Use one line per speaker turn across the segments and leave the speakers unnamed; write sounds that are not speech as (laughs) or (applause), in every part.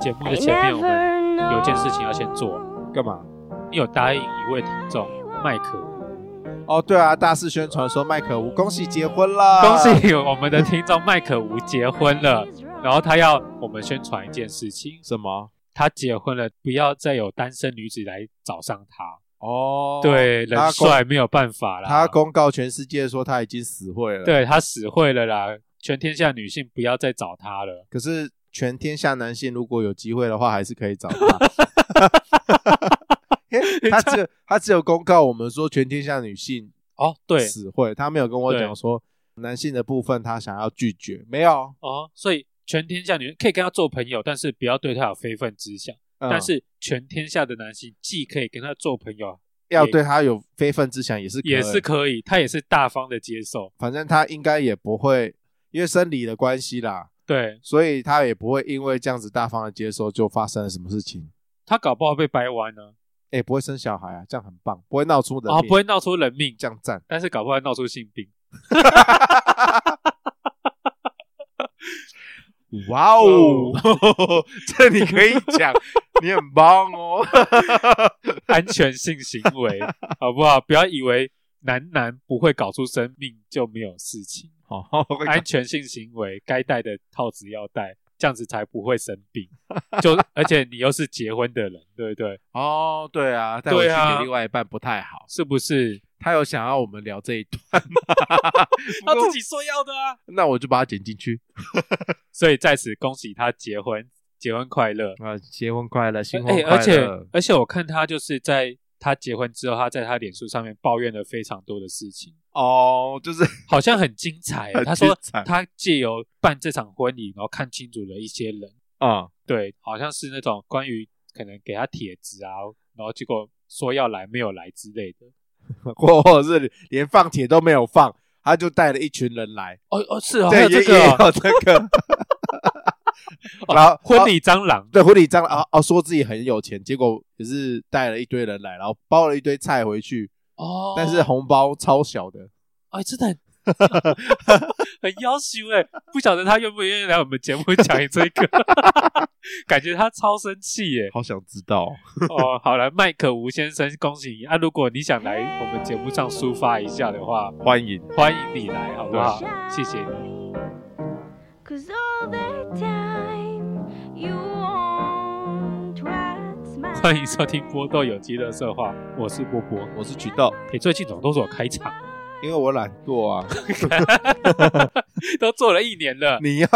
前面我们有件事情要先做，
干嘛？
有答应一位听众麦克，
哦，对啊，大肆宣传说麦可吴恭喜结婚了，
恭！喜我们的听众麦可吴结婚了，然后他要我们宣传一件事情，
什么？
他结婚了，不要再有单身女子来找上他，
哦，，
对，人
他公
帅没有办法啦，
他公告全世界说他已经死会了，。
对他死会了啦，全天下女性不要再找他了。
可是全天下男性如果有机会的话，还是可以
(laughs)
找他。因为他只有他只有公告我们说全天下女性
哦，对，
死会，他没有跟我
对
讲说男性的部分他想要拒绝，没有。
哦，所以全天下女人可以跟他做朋友，但是不要对他有非分之想。
嗯
但是全天下的男性既可以跟他做朋友，啊
要对他有非分之想也是可以
也是，可以，他也是大方的接受。
反正他应该也不会因为生理的关系啦，
对
所以他也不会因为这样子大方的接受就发生了什么事情。
他搞不好被掰弯呢，
哎，不会生小孩啊，这样很棒，不会闹出人
啊，
命
不会闹出人命，
这样赞。
但是搞不好闹出性病。嗯
哇哦，这你可以讲， (laughs) 你很棒
(laughs)
哦。
安全性行
(laughs)
为，好不好？不要以为男男不会搞出生命就没有事情。
好，我
安全性行为该戴的套子要戴，这样子才不会生病。就 (laughs) 而且你又是结婚的人，对不对？
哦，对啊，带回
对
去
啊
给另外一半不太好。
是不是？
他有想要我们聊这一段，
(laughs) 他自己说要的啊。
那我就把它剪进去
所以在此恭喜他结婚，结婚快乐。
啊。结婚快乐，新婚
哎、
快乐。
而且而且我看他就是在他结婚之后，他在他脸书上面抱怨了非常多的事情，
哦，就是
好像很精
(laughs)
彩。欸
很
他说
精彩
他借由办这场婚礼，然后看清楚了一些人，
啊，
对，好像是那种关于可能给他帖子啊，然后结果说要来没有来之类的。
或或者是连放铁都没有放，他就带了一群人来。
哦哦，是哦，还
对，
有
也
这
也
个哦、
有这个。然后
婚礼蟑螂，
对，婚礼张啊啊，说自己很有钱，结果也是带了一堆人来，然后包了一堆菜回去，
哦，
但是红包超小的。
哎，真的很 (laughs) 很要求哎，不晓得他愿不愿意来我们节目讲这个， (laughs) 感觉他超生气欸耶。
好想知道、
(laughs) 哦，好了，麦克吴先生，恭喜你啊！如果你想来我们节目上抒发一下的话，
欢迎。
欢迎你来，好不好
对？
谢谢你。
Cause all the time you want what's
(laughs)
mine.
欢迎收听波豆有机乐色话，我是波波。
我是渠道，
你最近总都是我开场， (laughs)
因为我懒惰啊。 (laughs)
都做了一年了
你要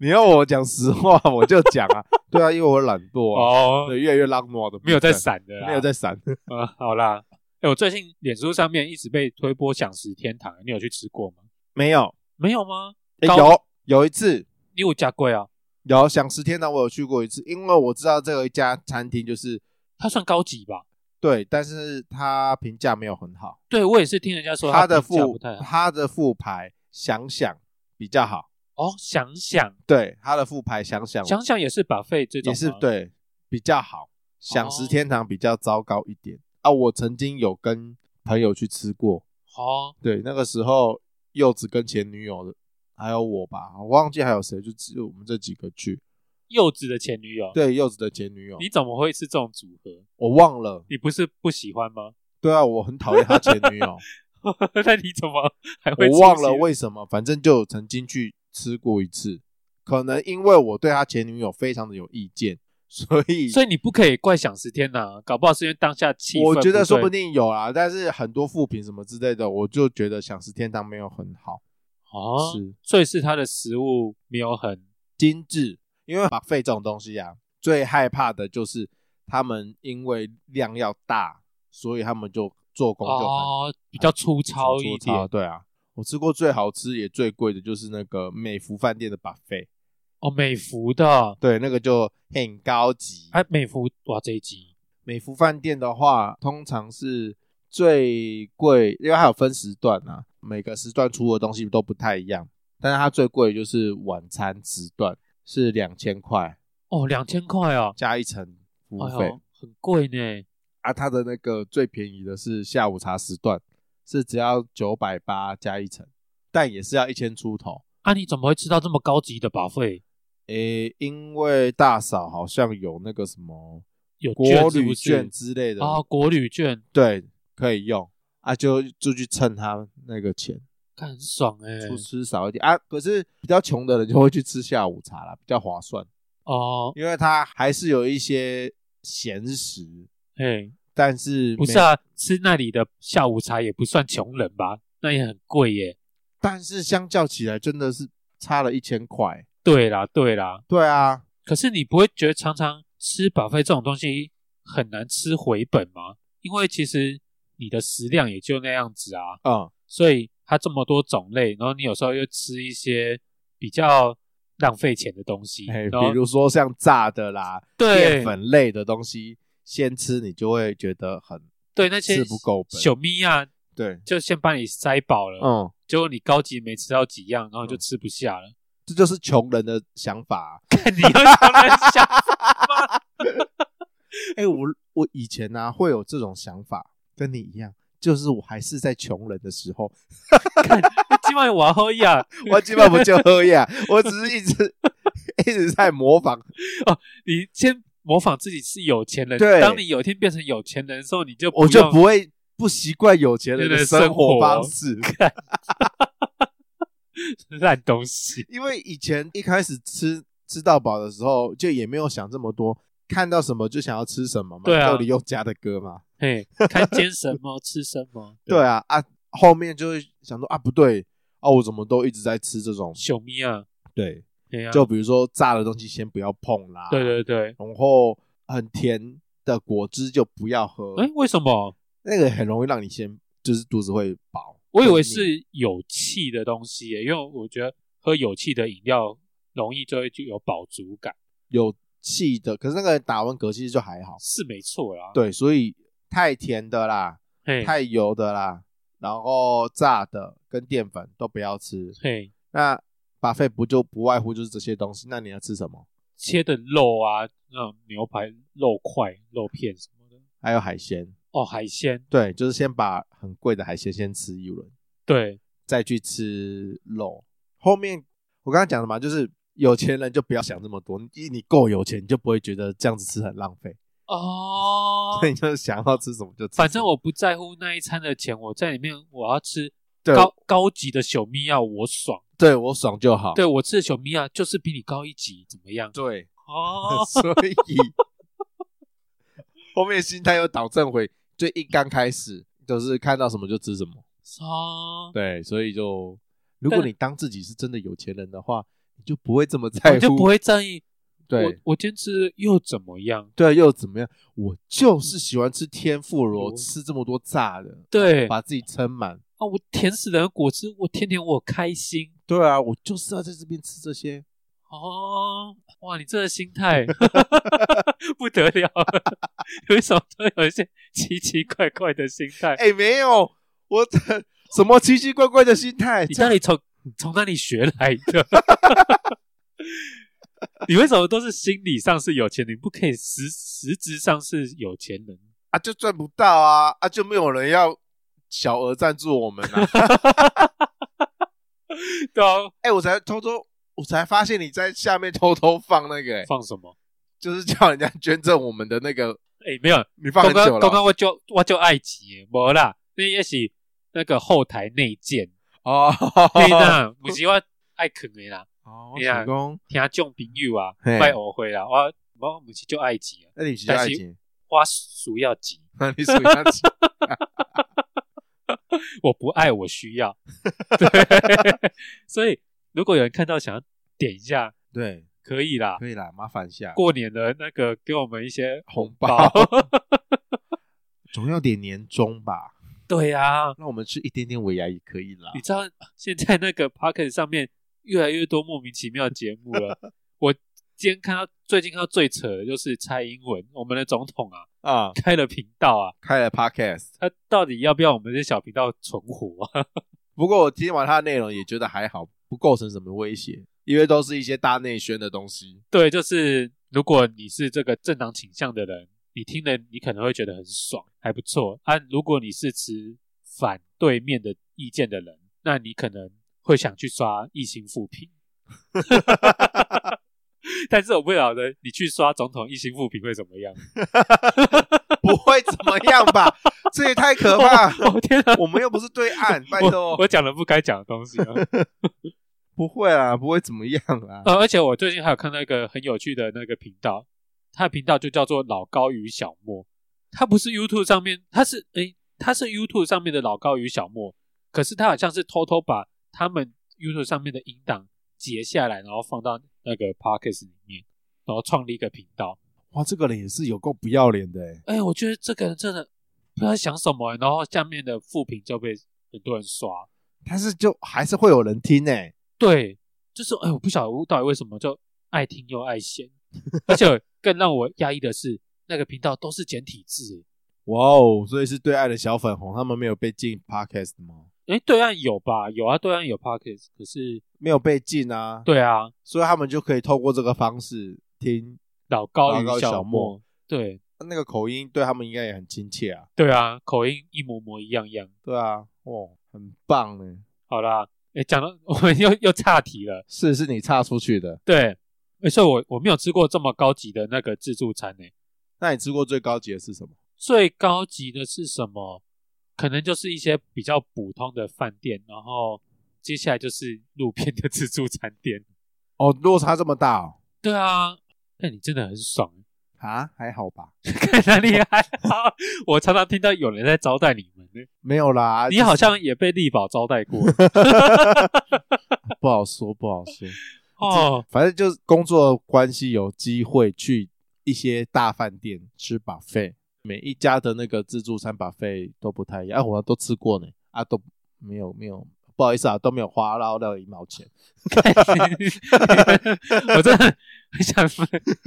你要我讲实话，我就讲啊。对啊，因为我懒惰啊，
哦，
对，越来越浪漫的，
没有在闪的啦，
没有在闪。
啊、好啦，哎，我最近脸书上面一直被推播享食天堂，你有去吃过吗？
没有，
没有吗？
诶
高
有有一次
你有加贵啊？
有想食天堂，我有去过一次，因为我知道这个一家餐厅就是
它算高级吧？
对，但是它评价没有很好，
对我也是听人家说
它的
评价
副
不太好
它的副牌想想比较好，
哦。想想
对，它的副牌想想
想想也是把费这种
也是
吗，哦
对比较好，想食天堂比较糟糕一点啊。我曾经有跟朋友去吃过，
哦
对，那个时候柚子跟前女友的，还有我吧，我忘记还有谁，就只有我们这几个去。
柚子的前女友。，
对，柚子的前女友
你，怎么会是这种组合？
我忘了。
你不是不喜欢吗？ (laughs)
对啊，我很讨厌他前女友，
那你怎么还 (laughs) 会
我忘
出
了
现
为什么，反正就曾经去吃过一次，可能因为我对他前女友非常的有意见，所以
所以你不可以怪享食天堂，搞不好是因为当下气氛。
我觉得说不
不对
定有啦，但是很多副评什么之类的，我就觉得想食天堂没有很好，
哦，
是
所以是它的食物没有很
精致，因为把费这种东西啊，最害怕的就是他们因为量要大，所以他们就做工就很、
哦，比较粗糙
很粗
一点。
对啊，我吃过最好吃也最贵的就是那个美福饭店的把费，
哦，美孚的，
对，那个就很高级。
哎、美孚哇这一集
美孚饭店的话，通常是最贵，因为它有分时段啊，每个时段出的东西都不太一样。但是它最贵的就是晚餐时段是两千块
哦两千块哦，
加一层服务
哎
费、
呦很贵呢。
啊，它的那个最便宜的是下午茶时段是只要九百八加一层，但也是要一千出头，
啊，你怎么会吃到这么高级的把费？
诶，因为大嫂好像有那个什么
有
国
是
旅
不
券
是？
之类的，
啊，国旅券，
对，可以用啊，就就去蹭他那个钱，
看很爽哎、
出吃少一点啊。可是比较穷的人就会去吃下午茶啦，比较划算，
哦，
因为他还是有一些闲食，
哎、
但是
不是
没，
啊，吃那里的下午茶也不算穷人吧？那也很贵耶、
但是相较起来真的是差了一千块。
对啦，对啦，
对啊，
可是你不会觉得常常吃饱费这种东西很难吃回本吗？因为其实你的食量也就那样子啊，
嗯，
所以它这么多种类，然后你有时候又吃一些比较浪费钱的东西，
哎，
然
比
后
如说像炸的啦，
对
淀粉类的东西，先吃你就会觉得很
对那些
吃不够本
小咪啊，
对，
就先把你塞饱了，
嗯，
结果你高级没吃到几样，然后你就吃不下
(laughs)
了。
这就是穷人的想法、啊
看你要想人想
哎、我我以前呢、啊、会有这种想法，跟你一样，就是我还是在穷人的时候，
(laughs) 今晚我喝呀，
我基本不就喝呀，我只是一直 (laughs) 一直在模仿。
你先模仿自己是有钱人，
对
当你有一天变成有钱人的时候，你就
我就
要
不会不习惯有钱人的生活方式， (laughs)
烂东西。
(laughs) 因为以前一开始吃吃到饱的时候，就也没有想这么多，看到什么就想要吃什么嘛，
对啊
这里又加的歌嘛，
嘿，看见什么吃什么。
对，啊啊，后面就会想说啊不对啊，我怎么都一直在吃这种，
小咪啊，
对，
对啊，
就比如说炸的东西先不要碰啦，
对对对。
然后很甜的果汁就不要喝，
哎，为什么？
那个很容易让你先就是肚子会饱。
我以为
就是你
是有气的东西耶，因为我觉得喝有气的饮料容易就会具有饱足感，
有气的，可是那个打完嗝其实就还好。
是没错啦。，
对，所以太甜的啦，
嘿，
太油的啦，然后炸的跟淀粉都不要吃。
嘿，
那把费不就不外乎就是这些东西？那你要吃什么？
切的肉啊，那种牛排、肉块、肉片什么的。
还有海鲜。
哦，海鲜，
对，就是先把很贵的海鲜先吃一轮，
对，
再去吃肉。后面我刚刚讲的嘛，就是有钱人就不要想这么多，你你够有钱，你就不会觉得这样子吃很浪费。
哦
(laughs) 所，以你就想要吃什么就吃什么。
反正我不在乎那一餐的钱，我在里面我要吃
对
高高级的小米亚，我爽。
对我爽就好。
对我吃的小米亚就是比你高一级，怎么样？
对，，
哦
(laughs) 所以后面心态又导正回，最一刚开始就是看到什么就吃什么。 (laughs)
哦，
对，所以就如果
但
你当自己是真的有钱人的话，你就不会这么在
我
乎，
就不会在意。我
对
我今天吃又怎么样？
对啊又怎么样？我
嗯
就是喜欢吃天妇罗，
我
吃这么多炸的，
哦对
把自己撑满。
啊，我甜死人的果汁，我天天我开心
对啊，我就是要在这边吃这些。
哦！哇，你这个心
(laughs)
态 (laughs) 不得了， (laughs) 为什么都有一些奇奇怪怪的心态？
哎，没有，我
(laughs)
什么奇奇怪怪的心态？
你
这
到
样
底从从哪里学来
(laughs)
的？你为什么都是心理上是有钱人，不可以实实质上是有钱人？
啊，就赚不到啊，啊，就没有人要小额赞助我们啊。
对啊，
哎、我才偷偷，我才发现你在下面偷偷放那个、哎，
放什么？
就是叫人家捐赠我们的那个，
哎、没有，
你放
刚
很久
刚
了。
刚刚我就我就爱极，没啦，那也是那个后台内建，
(laughs) 哦，
对啦，不是我爱啃的啦，
哦，
对啊
成功，
听众朋友啊，
嘿
拜后悔啦，我我不是就爱极啊，
那哎你需要
但是
钱，
我需要极，
那 (laughs) 你属于他钱。
我不爱，我需
(laughs)
要。对， (laughs) 所以如果有人看到想要点一下，
(laughs) 对，
可以啦。
可以啦，麻烦一下，
过年的那个给我们一些
红
包
包， (laughs) 总要点年终吧？
对啊，
那我们吃一点点尾牙也可以啦
你。知道现在那个 p o c k e t 上面越来越多莫名其妙的节目了。我今天看到最近看到最扯的就是蔡英文，我们的总统啊，
啊，
开了频道啊，
开了 podcast，
他到底要不要我们这小频道存活啊？
不过我听完他的内容也觉得还好，不构成什么威胁，因为都是一些大内宣的东西。 (laughs)
对，就是如果你是这个政党倾向的人，你听了你可能会觉得很爽，还不错啊。如果你是持反对面的意见的人，那你可能会想去刷异性复评。 (laughs) 但是我不晓得你去刷总统一星复评会怎么样。
不会怎么样吧？这也太可怕！ (laughs)
我天啊！
我们又不是对岸，拜
我
托，
我讲了不该讲的东西啊、
不会啊，不会怎么样啦。
呃，而且我最近还有看到一个很有趣的那个频道，它的频道就叫做老高与小莫。它不是 YouTube 上面，它是诶，它是 YouTube 上面的老高与小莫，可是它好像是偷偷把他们 YouTube 上面的音档截下来，然后放到那个 Podcast 里面，然后创立一个频道。
哇，这个人也是有够不要脸的欸，
哎，我觉得这个人真的不知道在想什么，欸然后下面的副评就被很多人刷。
但是就还是会有人听欸呢。
对，就是哎，我不晓得我到底为什么就爱听又爱闲，而且更让我压抑的是，那个频道都是简体字。
哇哦，所以是对爱的小粉红，他们没有被禁 podcast 吗？
哎，对岸有吧？有啊，对岸有 podcast，可是
没有被禁啊，
对啊，
所以他们就可以透过这个方式听。
老高
老
与
高小
莫
莫，
对
那个口音对他们应该也很亲切啊。
对啊，口音一模模一样样。
对啊，哦，很棒欸呢。
好啦，哎，讲到我们又又岔题了。
是是你岔出去的。
对，而且我我没有吃过这么高级的那个自助餐呢、
那你吃过最高级的是什么？
最高级的是什么？可能就是一些比较普通的饭店，然后接下来就是路边的自助餐店。
哦，落差这么大哦。
对啊，那你真的很爽， (laughs)
啊，还好吧，
看哪里还好。我常常听到有人在招待你们呢，
没有啦。
你好像也被力宝招待过
不好说，不好说。
哦。
反正就是工作关系有机会去一些大饭店吃 buffet，每一家的那个自助餐 buffet 都不太一样。啊，我都吃过呢，啊都没有没有，不好意思啊，都没有花到到一毛钱。
我真的很想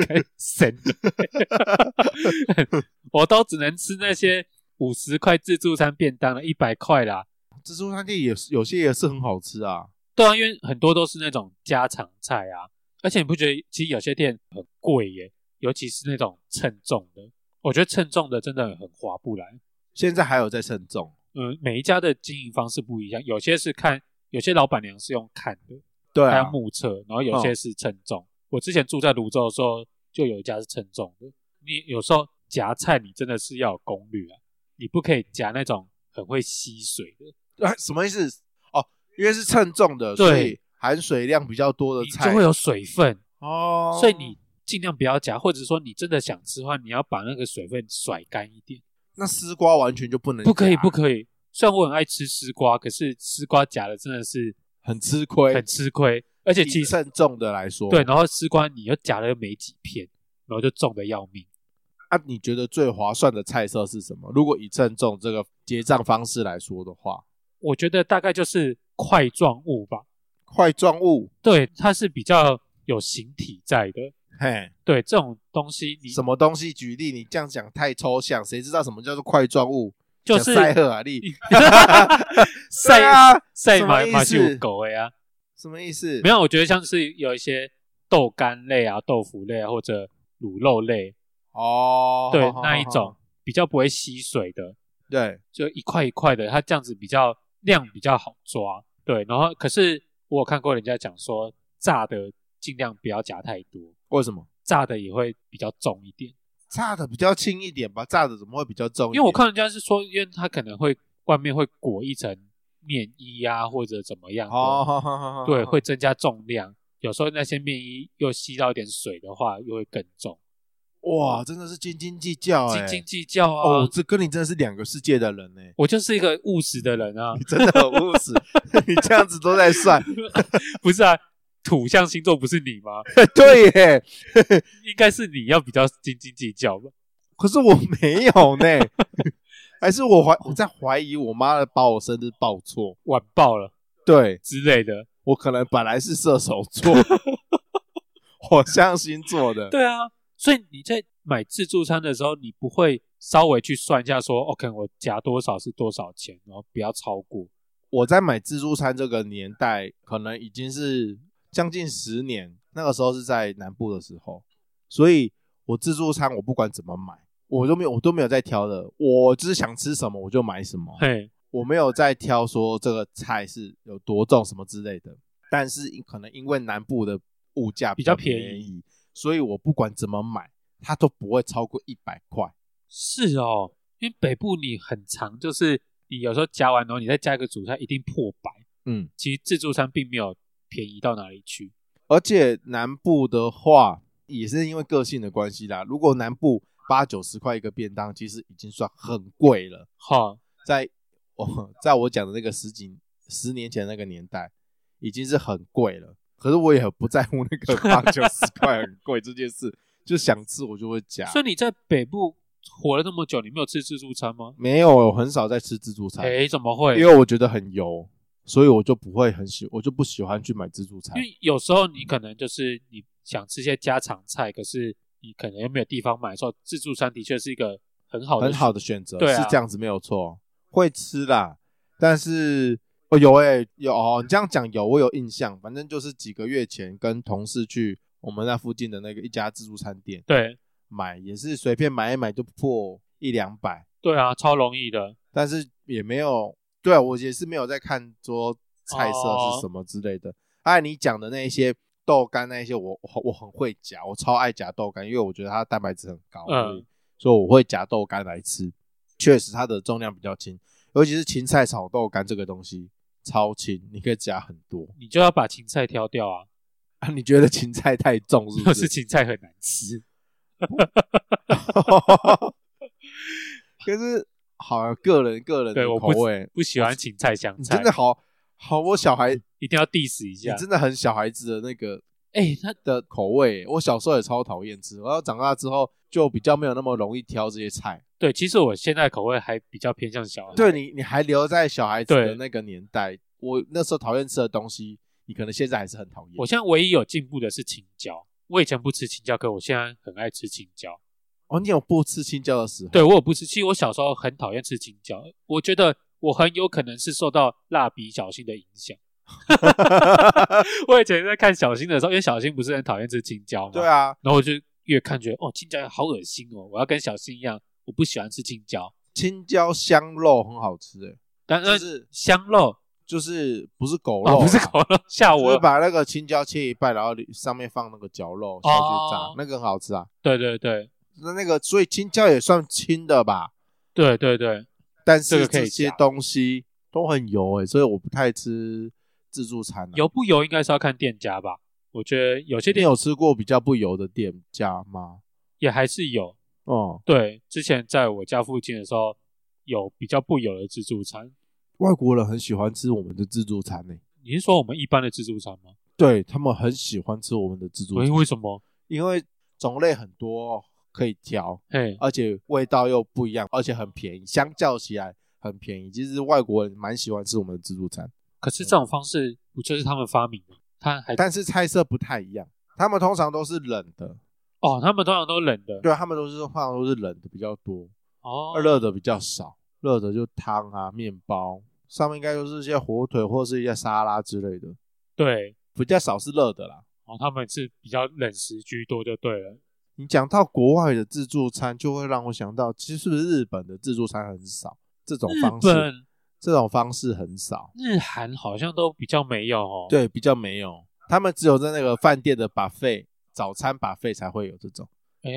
开神，
(laughs)
我都只能吃那些五十块自助餐便当了，一百块啦。
自助餐店也是有些也是很好吃啊，
对啊，因为很多都是那种家常菜啊，而且你不觉得其实有些店很贵耶，尤其是那种称重的，我觉得称重的真的很划不来。
现在还有在称重。
嗯，每一家的经营方式不一样，有些是看，有些老板娘是用看的，
对
还有
啊，
目测，然后有些是称重。我之前住在泸州的时候，就有一家是称重的。你有时候夹菜，你真的是要有攻略啊，你不可以夹那种很会吸水的，
啊什么意思？哦，因为是称重的，
对
所以含水量比较多的
你
菜
就会有水分。
哦，
所以你尽量不要夹，或者说你真的想吃的话，你要把那个水分甩干一点，
那丝瓜完全就不能
不可以，
夹
不可以。虽然我很爱吃丝瓜，可是丝瓜夹的真的是
很吃亏，
很吃亏，而且其
以
实
称重的来说，
对，然后丝瓜你又夹了又没几片，然后就重的要命。
啊，你觉得最划算的菜色是什么？如果以称重这个结账方式来说的话，
我觉得大概就是块状物吧，
块状物，
对，它是比较有形体在的。
嘿，
对这种东西你，
什么东西？举例，你这样讲太抽象，谁知道什么叫做块状物？
就是
塞
(laughs)
赫啊，利
晒
对啊，
晒
什么
马
意
马秀
思
狗呀、啊，
什么意思？
没有，我觉得像是有一些豆干类啊、豆腐类啊，或者卤肉类，
哦，
对
好
那一，
好好
种
好
比较不会吸水的，
对，
就一块一块的，它这样子比较量比较好抓。对，然后可是我有看过人家讲说，炸的尽量不要夹太多，
为什么
炸的也会比较重一点，
炸的比较轻一点吧？炸的怎么会比较重一点？
因为我看人家是说，因为它可能会外面会裹一层面衣啊，或者怎么样的，
哦，好好好好
对，
好
会增加重量。有时候那些面衣又吸到一点水的话，又会更重。
哇，真的是斤斤计较哎、
斤斤计较啊！
哦，这跟你真的是两个世界的人呢、
我就是一个务实的人啊 (laughs)
你 (laughs) ，真的很务实， (laughs) 你这样子都在算，
不是啊？土象星座不是你吗？
(laughs)
(laughs)
对耶。
应该是你要比较斤斤计较吧？
可是我没有呢， (laughs) 还是我怀我在怀疑我妈的把我生日报错。
晚报了
对
之类的。
我可能本来是射手座， (laughs) 火象星座的。
对啊，所以你在买自助餐的时候，你不会稍微去算一下说，OK，我夹多少是多少钱，然后不要超过。
我在买自助餐这个年代，可能已经是将近十年，那个时候是在南部的时候，所以我自助餐我不管怎么买，我都没有我都没有在挑的，我就是想吃什么我就买什么。
嘿，
我没有在挑说这个菜是有多重什么之类的，但是可能因为南部的物价
比较
便
便宜
所以我不管怎么买，它都不会超过一百块。
是哦，因为北部你很长，就是你有时候加完然后你再加一个主菜，一定破百。
嗯，
其实自助餐并没有便宜到哪里去。
而且南部的话，也是因为个性的关系啦。如果南部八九十块一个便当，其实已经算很贵了。
哈，
在我在我讲的那个十几十年前那个年代，已经是很贵了。可是我也不在乎那
(laughs)
个八九十块很贵这件事，就想吃我就会夹。
所以你在北部活了那么久，你没有吃自助餐吗？
没有，我很少在吃自助餐，
哎，怎么会？
因为我觉得很油，所以我就不会很喜，我就不喜欢去买自助餐
因。为有时候你可能就是你想吃些家常菜，可是你可能又没有地方买的时候，自助餐的确是一个很好的
很好
选
的选择，
对啊
是这样子没有错。哦会吃啦，但是哦有哎、有哦，你这样讲有我有印象，反正就是几个月前跟同事去我们那附近的那个一家自助餐店
对
买，也是随便买一买就破一两百，
对啊，超容易的。
但是也没有对啊、我也是没有在看说菜
哦
色是什么之类的。哎、你讲的那一些豆干那一些我，我我很会夹，我超爱夹豆干，因为我觉得它的蛋白质很高，
嗯
所以所以我会夹豆干来吃。确实，它的重量比较轻，尤其是芹菜炒豆干这个东西超轻，你可以夹很多。
你就要把芹菜挑掉啊，
啊，你觉得芹菜太重是不
就是
是？
(laughs) 芹菜很难吃。
(laughs) 可是好、啊，个人个人的
对，我
口
不
味，
不喜欢芹菜香
你
菜，
真的好好，我小孩
一定要 diss 一下
你。真的很小孩子的那个
哎，他
的口味。我小时候也超讨厌吃，然后长大之后就比较没有那么容易挑这些菜。
对，其实我现在口味还比较偏向小孩。
对你，你还留在小孩子
对
的那个年代，我那时候讨厌吃的东西，你可能现在还是很讨厌。
我现在唯一有进步的是青椒。我以前不吃青椒，可我现在很爱吃青椒。
哦，你有不吃青椒的时候？
对我有不吃，其实我小时候很讨厌吃青椒，我觉得我很有可能是受到蜡笔小新的影响。 (laughs) 我以前在看小新的时候，因为小新不是很讨厌吃青椒嘛，
对，啊，
然后我就越看觉得哦，青椒好恶心哦，我要跟小新一样，我不喜欢吃青椒。
青椒香肉很好吃、欸，
但
就是是
香肉
就是不是狗肉、
(laughs) 哦，不是烤。肉，吓
就
我
是！把那个青椒切一半，然后里上面放那个绞肉下去炸，
哦
那个很好吃啊。
对对对
那那个，所以青椒也算青的吧？
对对对，
但
这
是
个可以
这些
夹
东西都很油欸诶、所以我不太吃自助餐、啊。
油不油应该是要看店家吧？我觉得有些
你
店
有吃过比较不油的店家吗？
也还是有。
哦、
对，之前在我家附近的时候，有比较不油的自助餐，
外国人很喜欢吃我们的自助餐呢、欸
你是说我们一般的自助餐吗？
对他们很喜欢吃我们的自助
为
餐，
为什么？
因为种类很多哦可以调，
嘿，
而且味道又不一样，而且很便宜，相较起来很便宜。其实外国人蛮喜欢吃我们的自助餐，
可是这种方式不就是他们发明的？他还
但是菜色不太一样。他们通常都是冷的，
哦，他们通常都冷的
对，他们都是通常都是冷的比较多。
哦，
热的比较少，热的就汤啊、面包，上面应该都是一些火腿或是一些沙拉之类的，
对
比较少是热的啦。
哦，他们是比较冷食居多就对了。
你讲到国外的自助餐，就会让我想到，其实是不是日本的自助餐很少？这种
日
方式，
本、
这种方式很少，
日韩好像都比较没有哦。，
对，比较没有。他们只有在那个饭店的 buffet 早餐 buffet 才会有这种，
哎，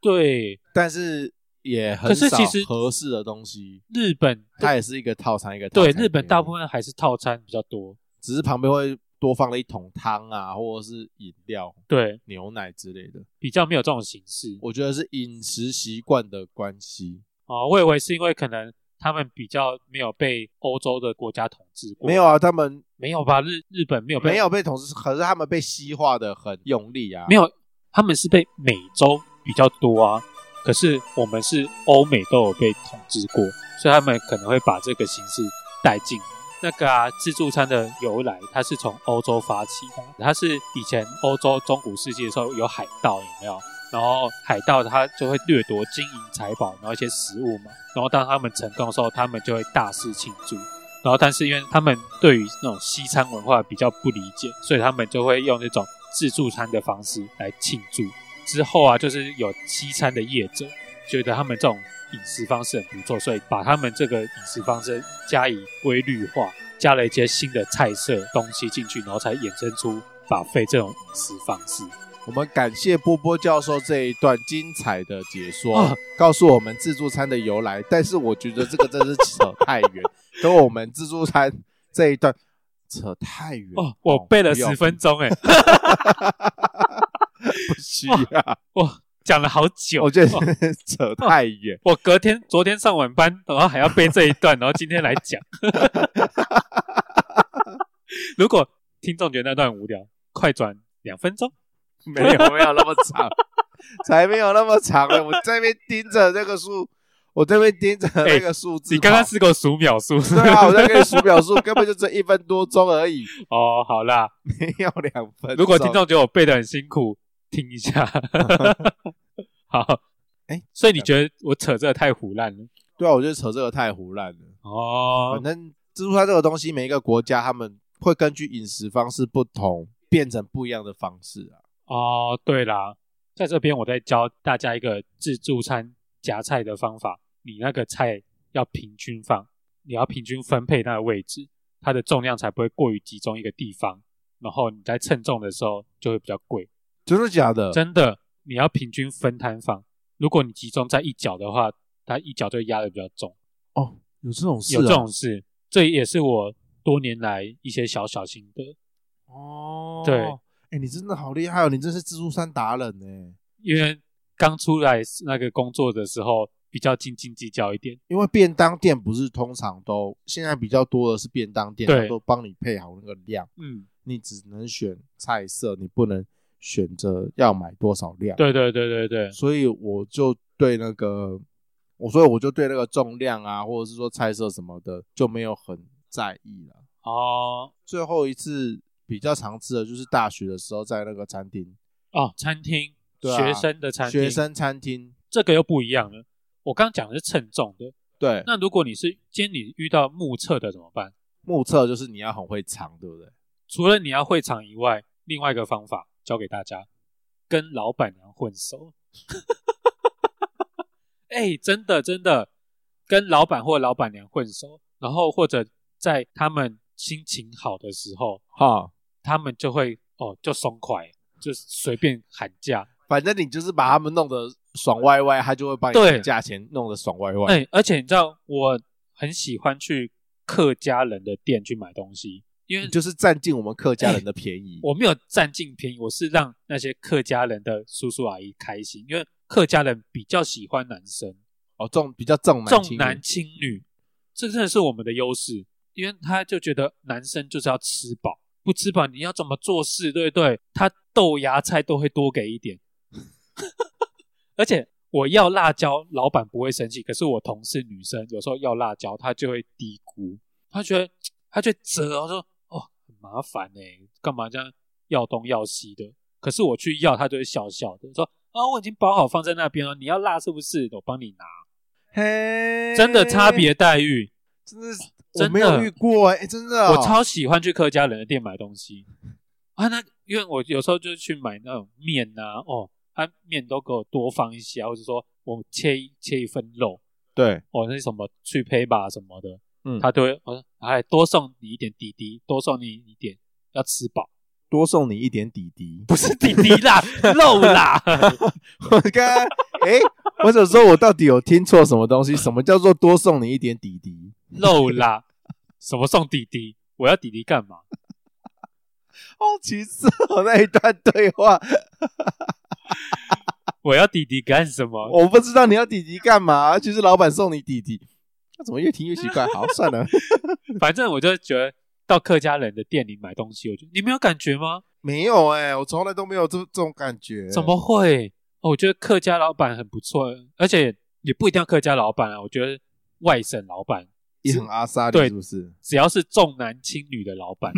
对，
但是也
可
很
是
少
其实
合适的东西。
日本
它也是一个套餐，一个套
对
餐
日本
给
大
你
部分还是套餐比较多。
只是旁边会多放了一桶汤啊，或者是饮料、
对，
牛奶之类的。
比较没有这种形式
我觉得是饮食习惯的关系，
哦，我以为是因为可能他们比较没有被欧洲的国家统治过，
没有啊，他们
没有吧？日日本没有被
没有被统治，可是他们被西化的很用力啊。
没
有，
有，他们是被美洲比较多啊，可是我们是欧美都有被统治过，所以他们可能会把这个形式带进来。那个啊，自助餐的由来，它是从欧洲发起的，它是以前欧洲中古世纪的时候有海盗，有没有？然后海盗他就会掠夺金银财宝，然后一些食物嘛。然后当他们成功的时候，他们就会大肆庆祝。然后，但是因为他们对于那种西餐文化比较不理解，所以他们就会用那种自助餐的方式来庆祝。之后啊，就是有西餐的业者觉得他们这种饮食方式很不错，所以把他们这个饮食方式加以规律化，加了一些新的菜色东西进去，然后才衍生出把费这种饮食方式。
我们感谢波波教授这一段精彩的解说，
啊
告诉我们自助餐的由来。但是我觉得这个真
(laughs)
是扯太远，跟我们自助餐这一段扯太远。
哦，我背了
不用
十分钟，哎，
不需要，
哇，讲了好久，
我觉得
哦
扯太远。
我隔天昨天上晚班，然后还要背这一段，然后今天来
(laughs)
讲。如果听众觉得那段很无聊，快转两分钟。
没有没有那么长， (laughs) 才没有那么长啊呢。我这边盯着那个数，我这边盯着那个数字跑、
哎你刚刚是给我数秒数，是
对啊，我在跟你数秒数，根本就只一分多钟而已，
(laughs)
(laughs)
哦，好啦，
没有两分钟。
如果听众觉得我背的很辛苦，听一
(laughs)
下。 (laughs) 好，
哎
所以你觉得我扯这个太胡乱了？
对啊，我觉得扯这个太胡乱了。
哦
反，正自助餐这个东西，每一个国家他们会根据饮食方式不同，变成不一样的方式啊。
哦，对啦，在这边我再教大家一个自助餐夹菜的方法。你那个菜要平均放，你要平均分配那个位置，它的重量才不会过于集中一个地方。然后你在称重的时候就会比较贵。
真的假的？
真的，你要平均分摊放。如果你集中在一角的话，它一角就压的比较重。
哦，有这种事、啊？
有这种事，这也是我多年来一些小小心得。
哦？
对
哎、你真的好厉害哦！你真是自助餐达人呢、
因为刚出来那个工作的时候比较斤斤计较一点。
因为便当店不是通常都现在比较多的是便当店，
对
它都帮你配好那个量，
嗯，
你只能选菜色，你不能选择要买多少量。
对对对对对，
所以我就对那个，我所以我就对那个重量啊，或者是说菜色什么的，就没有很在意了。
哦
最后一次比较常吃的就是大学的时候，在那个餐厅，
哦，餐厅，
对啊
学生的餐厅，
学生餐厅，
这个又不一样了。我刚讲的是称重的，
对，
那如果你是今天你遇到目测的怎么办？
目测就是你要很会尝，对不对？
除了你要会场以外，另外一个方法教给大家，跟老板娘混熟。 (laughs) 哎、真的真的，跟老板或老板娘混熟，然后或者在他们心情好的时候，
哈，
他们就会哦就松快，就随便喊价。
反正你就是把他们弄得爽歪歪，他就会把你
对
的价钱弄得爽歪歪。
哎、而且你知道，我很喜欢去客家人的店去买东西，因为
你就是占尽我们客家人的便宜。
我没有占尽便宜，我是让那些客家人的叔叔阿姨开心，因为客家人比较喜欢男生，
哦，重比较重男轻
重
女
男轻女，这真的是我们的优势，因为他就觉得男生就是要吃饱，不吃饱你要怎么做事，对不对？他豆芽菜都会多给一点， (laughs) 而且我要辣椒，老板不会生气，可是我同事女生有时候要辣椒，她就会低估，她觉得她就折，然后说哦很麻烦呢、干嘛这样要东要西的？可是我去要，她就会笑笑的说。哦，我已经包好放在那边了，你要辣是不是？我帮你拿。
嘿，
真的差别待遇。
真的是
真的
我没有遇过哎、欸真的哦、
我超喜欢去客家人的店买东西啊，那因为我有时候就去买那种面呐、哦，他面都给我多放一些啊，或者说我切一切一份肉，
对，
哦，那什么去胚吧什么的，
嗯，
他都会，我说哎，多送你一点滴滴，多送你一点，要吃饱，
多送你一点底 (laughs) 底。
不是滴滴啦，肉啦， (laughs)
我刚刚哎，我想说，我到底有听错什么东西？什么叫做多送你一点底底？
肉啦，什么送滴滴？我要滴滴干嘛？
哦，其实我那一段对话，
我要滴滴干什么？
我不知道你要底底干嘛，就是老板送你底底。那怎么越听越奇怪？好，算了，
(laughs) 反正我就觉得到客家人的店里买东西，我觉得你没有感觉吗？
没有哎、我从来都没有这这种感觉。
怎么会？哦我觉得客家老板很不错，而且也不一定要客家老板啊。我觉得外省老板，
也很阿莎
对
莉是不是？
只要是重男轻女的老板，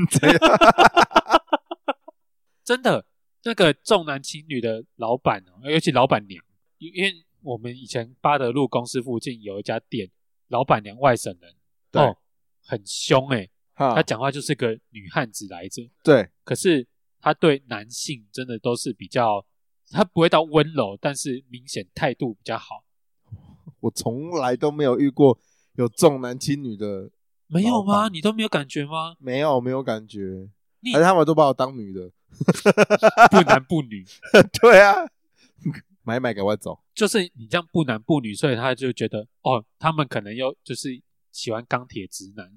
(laughs) 真的那个重男轻女的老板哦，尤其老板娘，因因为我们以前八德路公司附近有一家店，老板娘外省人，
对
哦，很凶诶、她
哈，
讲话就是个女汉子来着。
对，
可是他对男性真的都是比较，他不会到温柔，但是明显态度比较好。
我从来都没有遇过有重男轻女的，
没有
老
吗？
板
你都没有感觉吗？ (laughs)
没有没有感觉，
你
而且他们都把我当女的。 (laughs)
不男不女，
对啊， (laughs) 买一买赶快 (laughs) 走。
就是你这样不男不女，所以他就觉得哦，他们可能又就是喜欢钢铁直
(laughs)
男，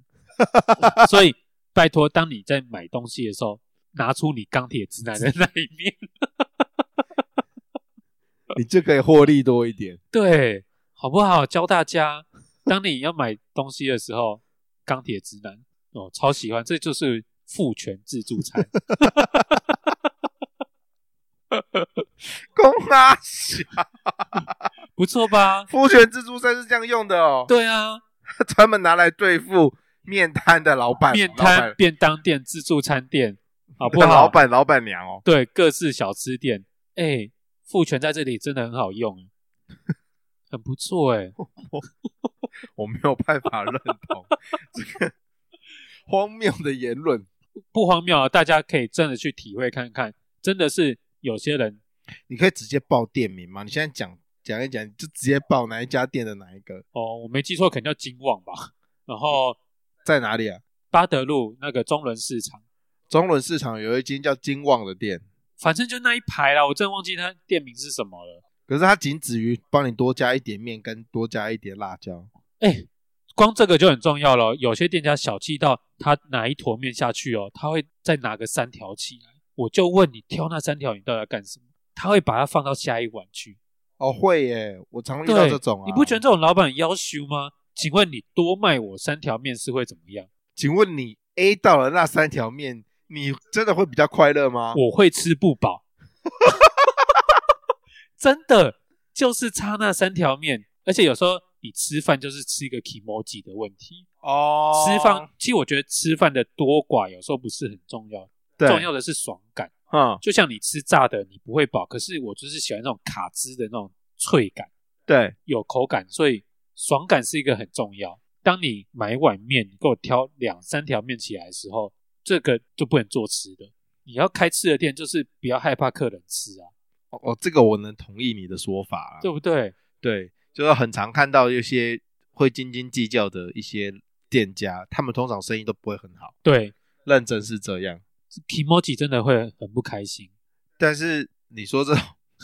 所以拜托，当你在买东西的时候，拿出你钢铁直男的那一面，
你就可以获利多一点。
对，好不好？教大家，当你要买东西的时候，钢铁直男哦，超喜欢，这就是父权自助餐。
公啊，小
不错吧？
父权自助餐是这样用的 (laughs) 哦，
对啊，
专门拿来对付面摊的老板、
面
老
摊
板、
便当店、自助餐店，好不好？
老板、老板娘哦。
对各式小吃店，哎、父权在这里真的很好用，很不错哎、
我没有办法认同 (laughs) 这个荒谬的言论。
不荒谬啊！大家可以真的去体会看看，真的是有些人
你可以直接报店名吗？你现在讲讲一讲，你就直接报哪一家店的哪一个
哦，我没记错，可能叫金旺吧。然后
在哪里啊？
巴德路那个中仑市场，
中仑市场有一间叫金旺的店，
反正就那一排啦，我真的忘记它店名是什么了。
可是它仅止于帮你多加一点面跟多加一点辣椒。
哎、光这个就很重要了。有些店家小气到他拿一坨面下去哦，他会再拿个三条起来。我就问你，挑那三条你到底要干什么？他会把它放到下一碗去。
哦，会耶，我常遇
对，
到这种啊。
你不觉得？这种老板很要羞吗？请问你多卖我三条面是会怎么样？
请问你 A 到了那三条面，你真的会比较快乐吗？
我会吃不饱， (laughs) 真的就是差那三条面。而且有时候你吃饭就是吃一个 emoji 的问题。
哦，
吃饭其实我觉得吃饭的多寡有时候不是很重要，
对
重要的是爽感。
嗯，
就像你吃炸的你不会饱，可是我就是喜欢那种卡汁的那种脆感。
对，
有口感，所以爽感是一个很重要。当你买一碗面，你给我挑两三条面起来的时候，这个就不能做吃的。你要开吃的店，就是不要害怕客人吃啊，
哦，这个我能同意你的说法啊。
对不对？
对，就是很常看到一些会斤斤计较的一些店家，他们通常生意都不会很好，
对
认真是这样。
，Kimoji 真的会很不开心。
但是你说这种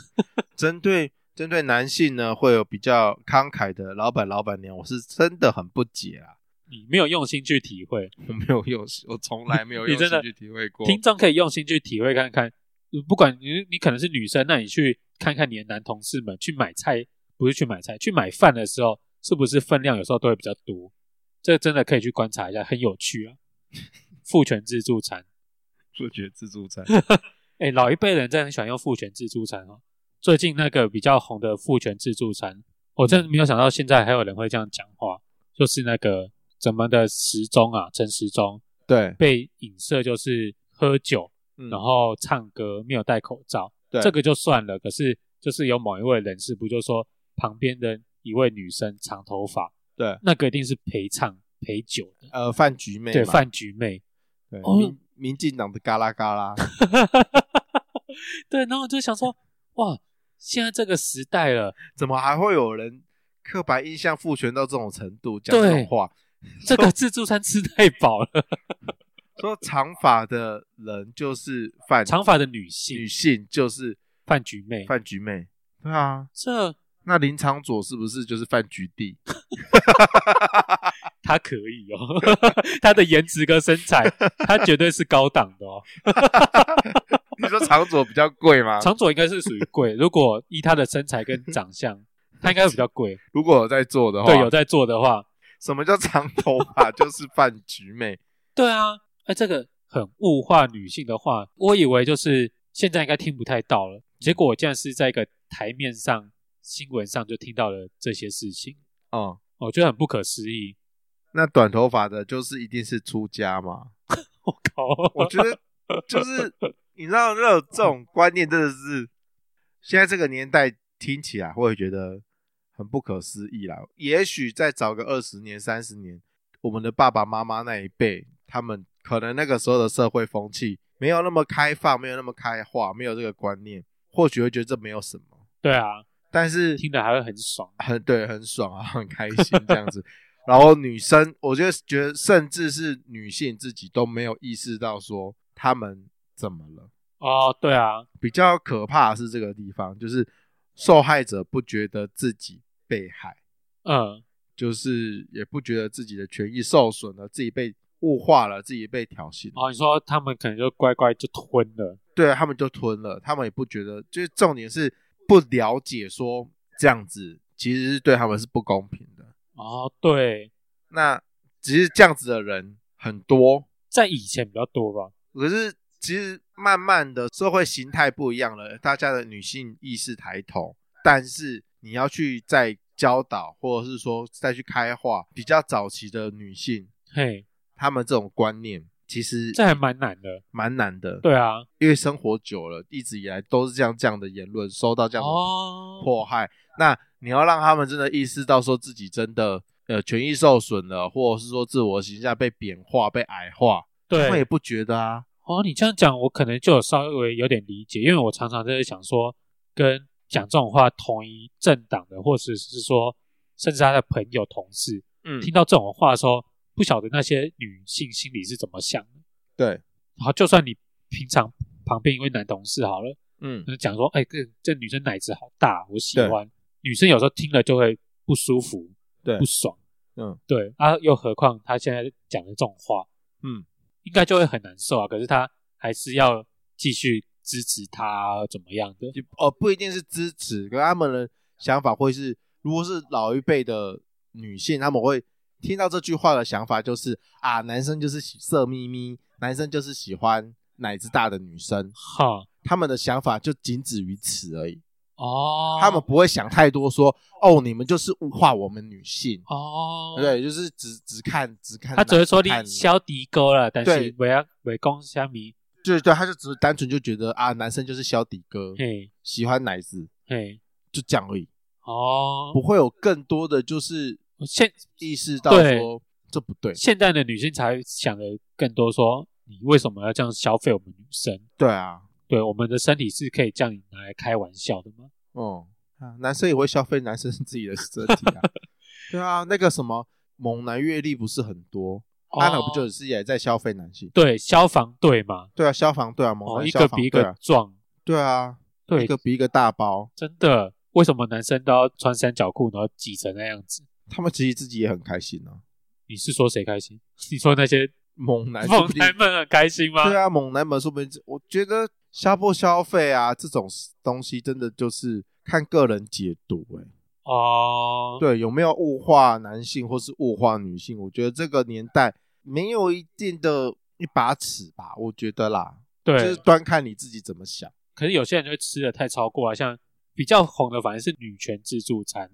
(laughs) 针对针对男性呢，会有比较慷慨的老板老板娘，我是真的很不解啊，
你没有用心去体会，
我没有用心，我从来没有
你
用
真的
心去体会过。
听众可以用心去体会看看。不管你你可能是女生，那你去看看你的男同事们去买菜，不是去买菜，去买饭的时候，是不是分量有时候都会比较多？这真的可以去观察一下，很有趣啊。父权自助餐，
做觉自
(laughs)
助餐，
哎、老一辈人真的很喜欢用父权自助餐哦。最近那个比较红的父权自助餐，我真的没有想到现在还有人会这样讲话，就是那个咱们的时钟啊，陈时钟 (laughs)
对，
被影射就是喝酒，
嗯
然后唱歌没有戴口罩，
对
这个就算了。可是就是有某一位人士，不就说旁边的一位女生长头发，
对，
那个一定是陪唱陪酒的，
呃，饭局妹嘛，
对，饭局妹。 (laughs)
对
哦
民民进党的嘎啦嘎啦， (laughs)
对，然后我就想说，哇，现在这个时代了，
怎么还会有人刻板印象赋权到这种程度讲这
对
种话？
这个自助餐吃太
(laughs)
饱了。
说长发的人就是饭
长发的女性
女性就是
饭局妹，
饭局妹，对啊，
这
那林长佐是不是就是饭局弟？
她可以哦， (laughs) 她的颜值跟身材，她绝对是高档的哦。
你说长佐比较贵吗？
长佐应该是属于
(laughs)
贵，如果依她的身材跟长相，她应该会比较贵。
如果有在做的话，
对，有在做的话，
什么叫长头发就是饭局妹？
对啊，哎，这个很物化女性的话，我以为就是现在应该听不太到
嗯
了，结果我竟然是在一个台面上、新闻上就听到了这些事情，
哦、
我觉得很不可思议。
那短头发的就是一定是出家嘛？
我靠，
我
(laughs)
觉得就是你知道，这种这种观念真的是现在这个年代听起来会觉得很不可思议啦。也许再找个二十年、三十年，我们的爸爸妈妈那一辈，他们可能那个时候的社会风气没有那么开放，没有那么开化，没有这个观念，或许会觉得这没有什么，
对啊，
但是
听的还会很爽。
很对，很爽啊， (laughs) 很开心这样子。然后女生，我觉得觉得甚至是女性自己都没有意识到说她们怎么了，
哦，对啊，
比较可怕的是这个地方，就是受害者不觉得自己被害，
嗯，
就是也不觉得自己的权益受损了，自己被物化了，自己被挑衅了，
哦，你说他们可能就乖乖就吞了，
对啊他们就吞了，他们也不觉得，就是重点是不了解说这样子其实是对他们是不公平的。
哦，对，
那其实这样子的人很多，
在以前比较多吧，
可是其实慢慢的社会形态不一样了，大家的女性意识抬头，但是你要去再教导，或者是说再去开化比较早期的女性，
嘿，
她们这种观念其实
这还蛮难的，
蛮难的，
对啊，
因为生活久了，一直以来都是这样这样的言论，收到这样的
哦，
迫害，那你要让他们真的意识到说自己真的。呃，权益受损了，或者是说自我形象被贬化、被矮化，他们也
对，
不觉得啊。
哦，你这样讲，我可能就有稍微有点理解，因为我常常在想说，跟讲这种话同一政党的，或者是说，甚至他的朋友、同事，
嗯
听到这种话的时候，不晓得那些女性心里是怎么想的。
对，
然后就算你平常旁边一位男同事好了，
嗯
就是讲说，哎、这这女生奶子好大，我喜欢。女生有时候听了就会不舒服，
对
不爽，
嗯，
对啊，又何况她现在讲的这种话，
嗯，
应该就会很难受啊。可是她还是要继续支持她啊怎么样的？
就哦，不一定是支持，可他们的想法会是，如果是老一辈的女性，他们会听到这句话的想法就是啊，男生就是喜色眯眯，男生就是喜欢奶子大的女生，
哈
他们的想法就仅止于此而已，
哦，
他们不会想太多说，哦，你们就是物化我们女性，
哦，，
对，就是只只看只看
他
男，
只会说你
看
消敌沟了，但
对
是不要围攻虾米，
对对，他就只是单纯就觉得啊，男生就是小底哥，
嘿
喜欢奶子，
嘿，
就这样而已，
哦，
不会有更多的就是
现
意识到
对
说这不对，
现代的女性才会想的更多说，你为什么要这样消费我们女生？
对啊，
对，我们的身体是可以这样拿来开玩笑的吗？
嗯，啊男生也会消费男生自己的身体
(laughs)
啊，对啊，那个什么猛男阅历不是很多，阿
哦
脑不就是也在消费男性？
对消防队嘛？
对啊，消防队啊，猛
哦，
男
一
消
个
防
比一
队啊
个，壮，
对啊，
对
一，个比一个大包，
真的。为什么男生都要穿三角裤，然后挤成那样子？
他们其实自己也很开心啊，
你是说谁开心？ (laughs) 你说那些
猛男说
(laughs) 猛
不定
男们很开心吗？
(laughs) 对啊，猛男们说不定，我觉得消不消费啊这种东西真的就是看个人解读、欸，
哦，
对，有没有物化男性或是物化女性？我觉得这个年代没有一定的一把尺吧，我觉得啦，就
对
是，端看你自己怎么想。
可是有些人就会吃的太超过啊，像比较红的反而是女权自助餐，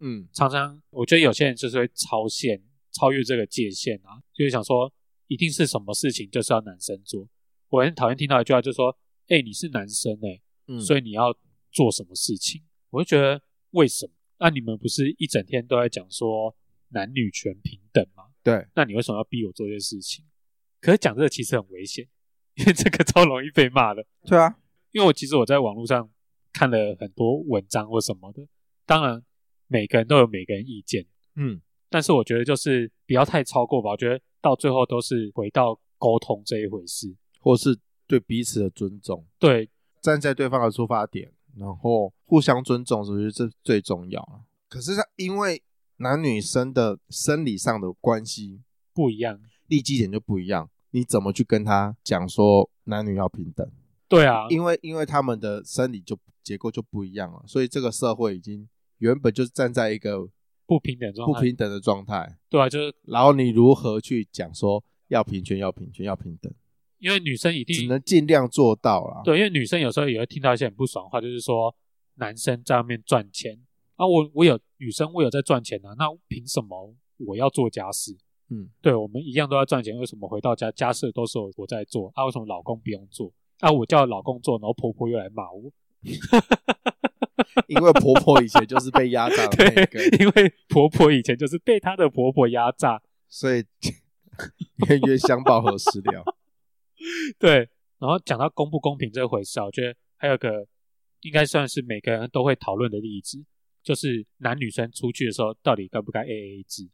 嗯，
常常我觉得有些人就是会超限、超越这个界限啊，就是想说一定是什么事情就是要男生做。我很讨厌听到一句话，就说：“哎、你是男生哎、
嗯
所以你要做什么事情？”我就觉得为什么？那你们不是一整天都在讲说男女权平等吗？
对，
那你为什么要逼我做这些事情？可是讲这个其实很危险，因为这个超容易被骂的。
对啊，
因为我其实我在网络上看了很多文章或什么的，当然每个人都有每个人意见，
嗯，
但是我觉得就是不要太超过吧。我觉得到最后都是回到沟通这一回事。
或是对彼此的尊重，
对，
站在对方的出发点，然后互相尊重，我觉得这最重要了。可是，因为男女生的生理上的关系，
不一样。
立基点就不一样，你怎么去跟他讲说男女要平等？
对啊，
因为因为他们的生理就结构就不一样了，所以这个社会已经原本就是站在一个
不平等状
不
态。
平等的状态，
对啊，就是
然后你如何去讲说要平权、要平权、要平等，
因为女生一
只
定
能尽量做到啦。
对，因为女生有时候也会听到一些很不爽的话，就是说男生在外面赚钱啊，我我有女生我有在赚钱啊，那凭什么我要做家事？
嗯，
对我们一样都要赚钱，为什么回到家家事都是我我在做啊？为什么老公不用做？啊，我叫老公做，然后婆婆又来骂我，
因为婆婆以前就是被压榨的啊
(laughs)
那
对，
一个，
因为婆婆以前就是被她的婆婆压榨，
所以冤冤相报何时了？
对。然后讲到公不公平这回事啊，我觉得还有个应该算是每个人都会讨论的例子，就是男女生出去的时候到底该不该 A A 制？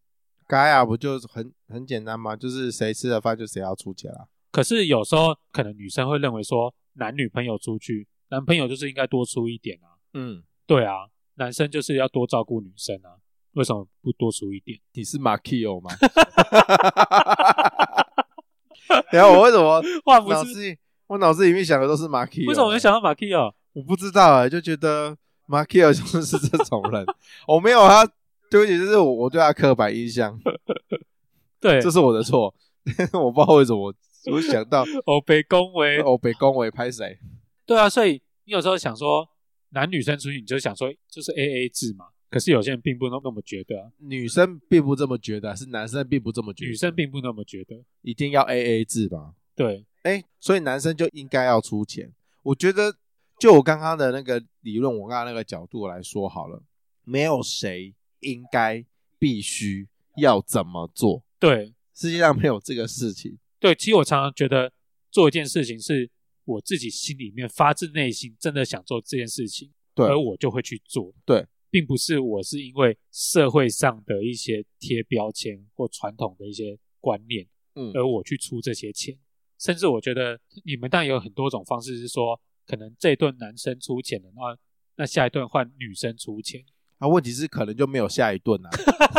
该啊，不就很很简单吗？就是谁吃了饭就谁要出钱啊。
可是有时候可能女生会认为说，男女朋友出去，男朋友就是应该多出一点啊。
嗯，
对啊，男生就是要多照顾女生啊，为什么不多出一点？ (laughs)
你是马 k o 吗？然后我为什么
哇，不
脑
是，
子里我脑子里面想的都是马 k o
为什么我会想到马 k 哦？
我不知道哎、就觉得马 k o 就是这种人。我没有他，对不起，这是我我对他刻板印象，
对，
这是我的错。 (laughs) 我不知道为什么我我想
(laughs)
到
哦，北恭维，
哦，北宫维拍谁？
对啊，所以你有时候想说男女生出去，你就想说就是 A A 制嘛。可是有些人并不那么觉得啊、
女生并不这么觉得，啊是男生并不这么觉得。啊
女生并不那么觉得。
一定要 A A 制吧？
对，
哎、所以男生就应该要出钱。我觉得，就我刚刚的那个理论，我刚刚那个角度来说好了，没有谁应该必须要怎么做，
对，
世界上没有这个事情。
对。其实我常常觉得做一件事情是我自己心里面发自内心真的想做这件事情，
对
而我就会去做。
对，
并不是我是因为社会上的一些贴标签或传统的一些观念，
嗯
而我去出这些钱。甚至我觉得你们当然有很多种方式是说，可能这一顿男生出钱了，那那下一顿换女生出钱。
啊，问题是可能就没有下一顿啊，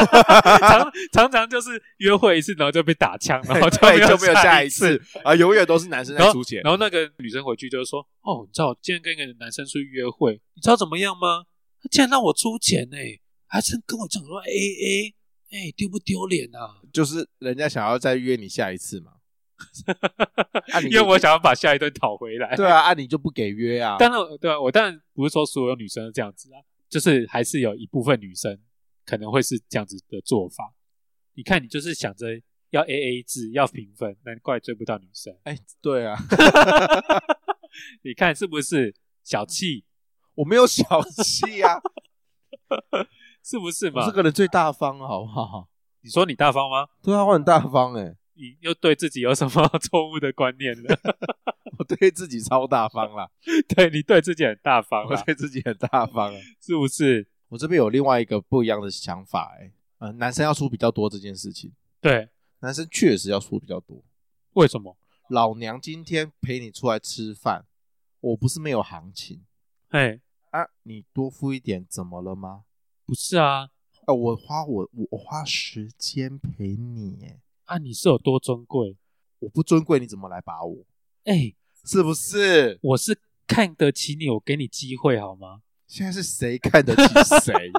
常常常就是约会一次，然后就被打枪，然后就 (laughs) 没
(laughs) 对
有
就没有下一
次
次。啊，永远都是男生在出钱。
然后那个女生回去就是说：“哦，你知道我今天跟一个男生出去约会，你知道怎么样吗？他竟然让我出钱呢、还真跟我讲说 A A，哎、丢不丢脸啊？
就是人家想要再约你下一次嘛， (laughs) 啊你
因为我想要把下一顿讨回来。
对啊，啊你就不给约啊，
当然，对啊，我当然不是说所有女生都这样子啊，就是还是有一部分女生可能会是这样子的做法。你看，你就是想着要 A A 制，要平分，难怪追不到女生。
哎、对啊，
你看是不是小气？
我没有小气
(laughs)
啊，
是不是
我
嘛？
这个人最大方，好不好？
你说你大方吗？
对啊，我很大方哎、
你又对自己有什么 (laughs) 错误的观念呢？ (laughs)
我对自己超大方啦，
对你对自己很大方
我
啦，
对自己很大方啊。
是不是？
我这边有另外一个不一样的想法、欸，呃，男生要出比较多这件事情，
对，
男生确实要出比较多。
为什么？
老娘今天陪你出来吃饭，我不是没有行情
哎，
啊，你多付一点怎么了吗？
不是啊，
啊，我花我我我花时间陪你、欸，
啊，你是有多尊贵？
我不尊贵你怎么来把我？
哎，
是不是？
我是看得起你，我给你机会好吗？
现在是谁看得起谁？ (laughs)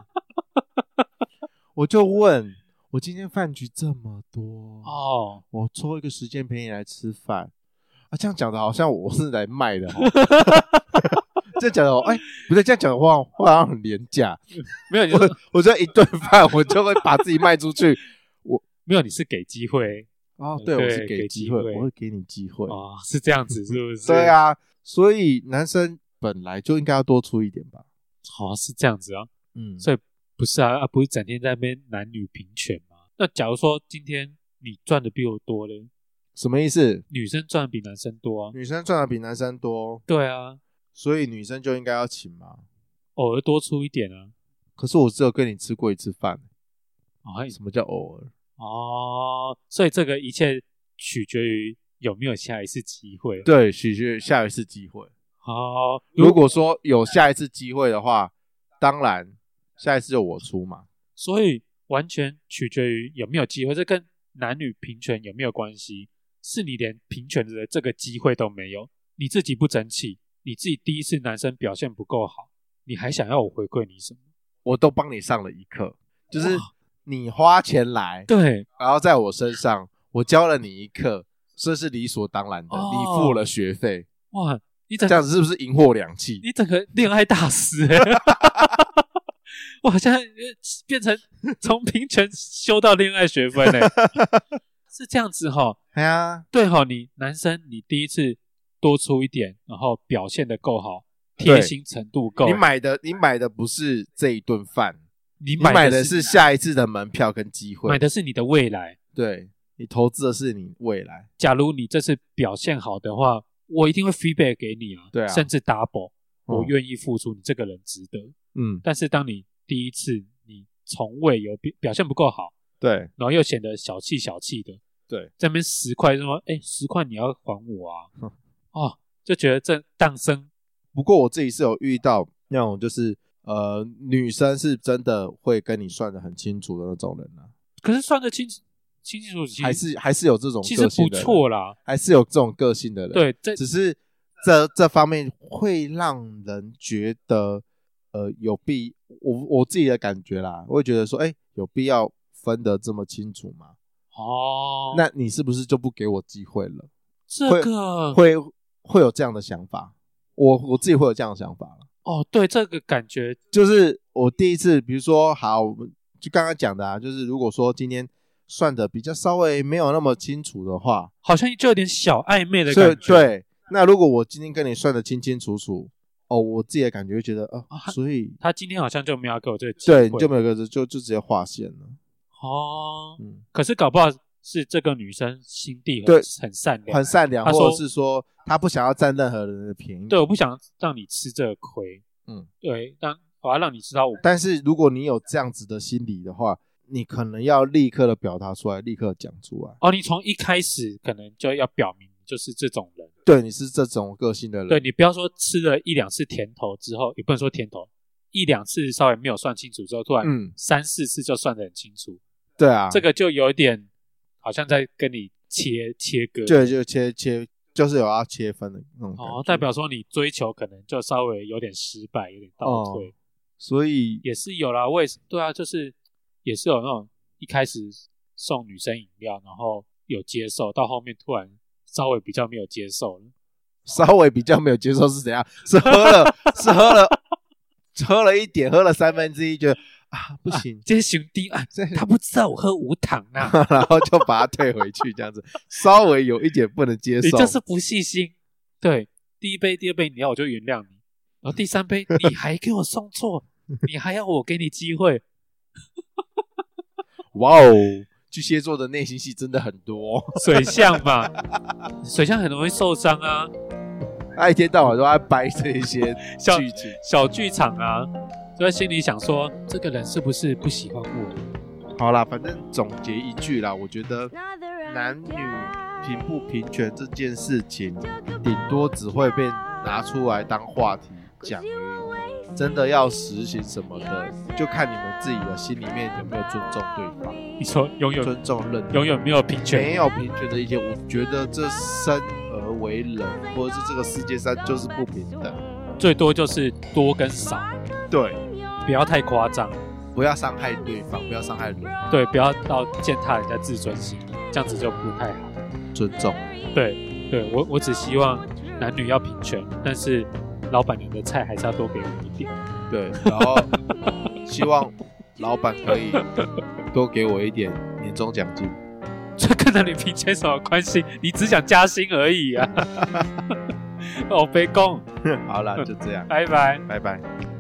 我就问，我今天饭局这么
(laughs)
多，
哦，
我抽一个时间陪你来吃饭啊，这样讲的好像我是来卖的哦，
(laughs)
这样讲的哦，哎、不对，这样讲的话会好像很廉价。
没有，你 (laughs)
我我这一顿饭我就会把自己卖出去。
没有，你是给机会
哦，对，
对
我是给
给
机
机
会，
会
我会给你机会。
哦，是这样子，是不是？
(laughs) 对，啊，所以男生本来就应该要多出一点吧。
哦，是这样子啊，
嗯，
所以不是啊，啊，不是整天在那边男女平权吗？那假如说今天你赚的比我多嘞，
什么意思？
女生赚的比男生多啊？
女生赚的比男生多，
对啊，
所以女生就应该要请吗？
偶尔多出一点啊。
可是我只有跟你吃过一次饭，
哦，还
什么叫偶尔？
哦，所以这个一切取决于有没有下一次机会。，啊
对，许是下一次机会。
哦，
如果说有下一次机会的话，当然下一次就我出嘛。
所以完全取决于有没有机会，这跟男女平权有没有关系？是你连平权的这个机会都没有，你自己不争气，你自己第一次男生表现不够好，你还想要我回馈你什么？
我都帮你上了一课，就是你花钱来，
对，
然后在我身上，我教了你一课，这是理所当然的。
哦
你付了学费，
哇，你整
这样子是不是赢货两讫？
你整个恋爱大师、欸， (laughs) 我好像呃变成从平权修到恋爱学
(laughs)
分嘞、欸是这样子哈。
哎呀，
对哈，你男生你第一次多出一点，然后表现的够好，贴心程度够，
你买的你买的不是这一顿饭，
你
你买
的
的是下一次的门票跟机
买
会。
的是你的未来。
对，你投资的是你未来。
假如你这次表现好的话，我一定会 feedback 给你啊，
对啊
甚至 double，我
嗯
愿意付出，你这个人值得。
嗯，
但是当你第一次你从未有表表现不够好。
对
然后又显得小气小气的，
对，
在那边十块就说，哎，十块你要还我啊，哦，就觉得这诞生
不过我自己是有遇到那种就是呃女生是真的会跟你算的很清楚的那种人啊，
可是算得清清清楚楚，
还是还是有这种
其实
个性
不
的人啊
错，啦。
还是有这种个性的人。，
对，这
只是这这方面会让人觉得呃有必我我自己的感觉啦，我会觉得说哎有必要分得这么清楚吗？
哦，
那你是不是就不给我机会了？
这
会
个
会会有这样的想法，我我自己会有这样的想法啦
哦，对这个感觉
就是我第一次，比如说，好，我们就刚刚讲的啊，就是如果说今天算的比较稍微没有那么清楚的话，
好像就有点小暧昧的
所以
感觉。，
对，那如果我今天跟你算的清清楚楚，哦，我自己的感觉会觉得，哦、
啊
所以
他今天好像就没有要给我这个机
对，
会，
你就没有个就就直接划线了，
哦。
嗯，
可是搞不好是这个女生心地很
对
很善良
很，善良，
他
或者
说
是说他不想要占任何人的便宜，
对，我不想让你吃这个亏，
嗯，
对，让我要让你知道我
但是如果你有这样子的心理的话，你可能要立刻的表达出来，立刻讲出来，
哦，你从一开始可能就要表明你就是这种人，
对，你是这种个性的人，
对你不要说吃了一两次甜头之后，也不能说甜头，一两次稍微没有算清楚之后，突然
嗯，
三四次就算得很清楚，
对啊，
这个就有一点好像在跟你切切割，
对，就切切，就是有要切分的那种感
哦，
觉
代表说你追求可能就稍微有点失败，有点倒
哦
退，
所以
也是有啦。我也是，对啊，就是也是有那种一开始送女生饮料，然后有接受，到后面突然稍微比较没有接受了。
稍微比较没有接受是怎样？是喝了，是喝了，喝了一点，喝了三分之一，觉得啊不
(laughs)
行，
这些兄弟啊，
(laughs) 这
他不知道我喝无糖
(laughs)
啊，
然后就把它退回去，这样子稍微有一点不能接
你
受，
就是不细心。对，第一杯、第二杯饮料我就原谅你，然后第三
(laughs)
杯你还给我送错，你还要我给你机会， (laughs)
哇哦。巨蟹座的内心戏真的很多，哦
水象嘛，水象很容易受伤啊，
他一天到晚都在掰
(laughs)
这些
像
剧情，
小剧场啊，就在心里想说，这个人是不是不喜欢我？
好啦，反正总结一句啦，我觉得男
男
女
女平
平不
不
平权这件事情，
平，
顶
顶
多
多
只
只会
会被
被
拿
拿
出
出
来
来
当
当
话题
讲
讲而已。
而已，
真
真
的
的
要
要
实
实行
行什
什
么
么
的
的，就
就看
看
你
你
们
们
自
自
己
己
的
的
心
心
里
里
面
面有
有没
没
有
有
尊
尊
重
重
对
对
方
方。
你说拥有
尊重任何
拥有没有平
没
权？
有平权的一些，我觉得这生而为人，或者是这个世界上就是不平等。
最多就是多跟少，
对，
不要太夸张，
不要伤害对方，不要伤害人，
对，不要到践踏人家自尊心，这样子就不太好。
尊重。
对，对我我只希望男女要平权，但是老板娘的菜还是要多给我一点。 (laughs)
对，然后希望老板可以多给我一点年终奖金。 (laughs)
这跟男女平权什么关系？你只想加薪而 (laughs) 已啊！哦，被供，
好啦，就这样，
拜拜。
拜拜。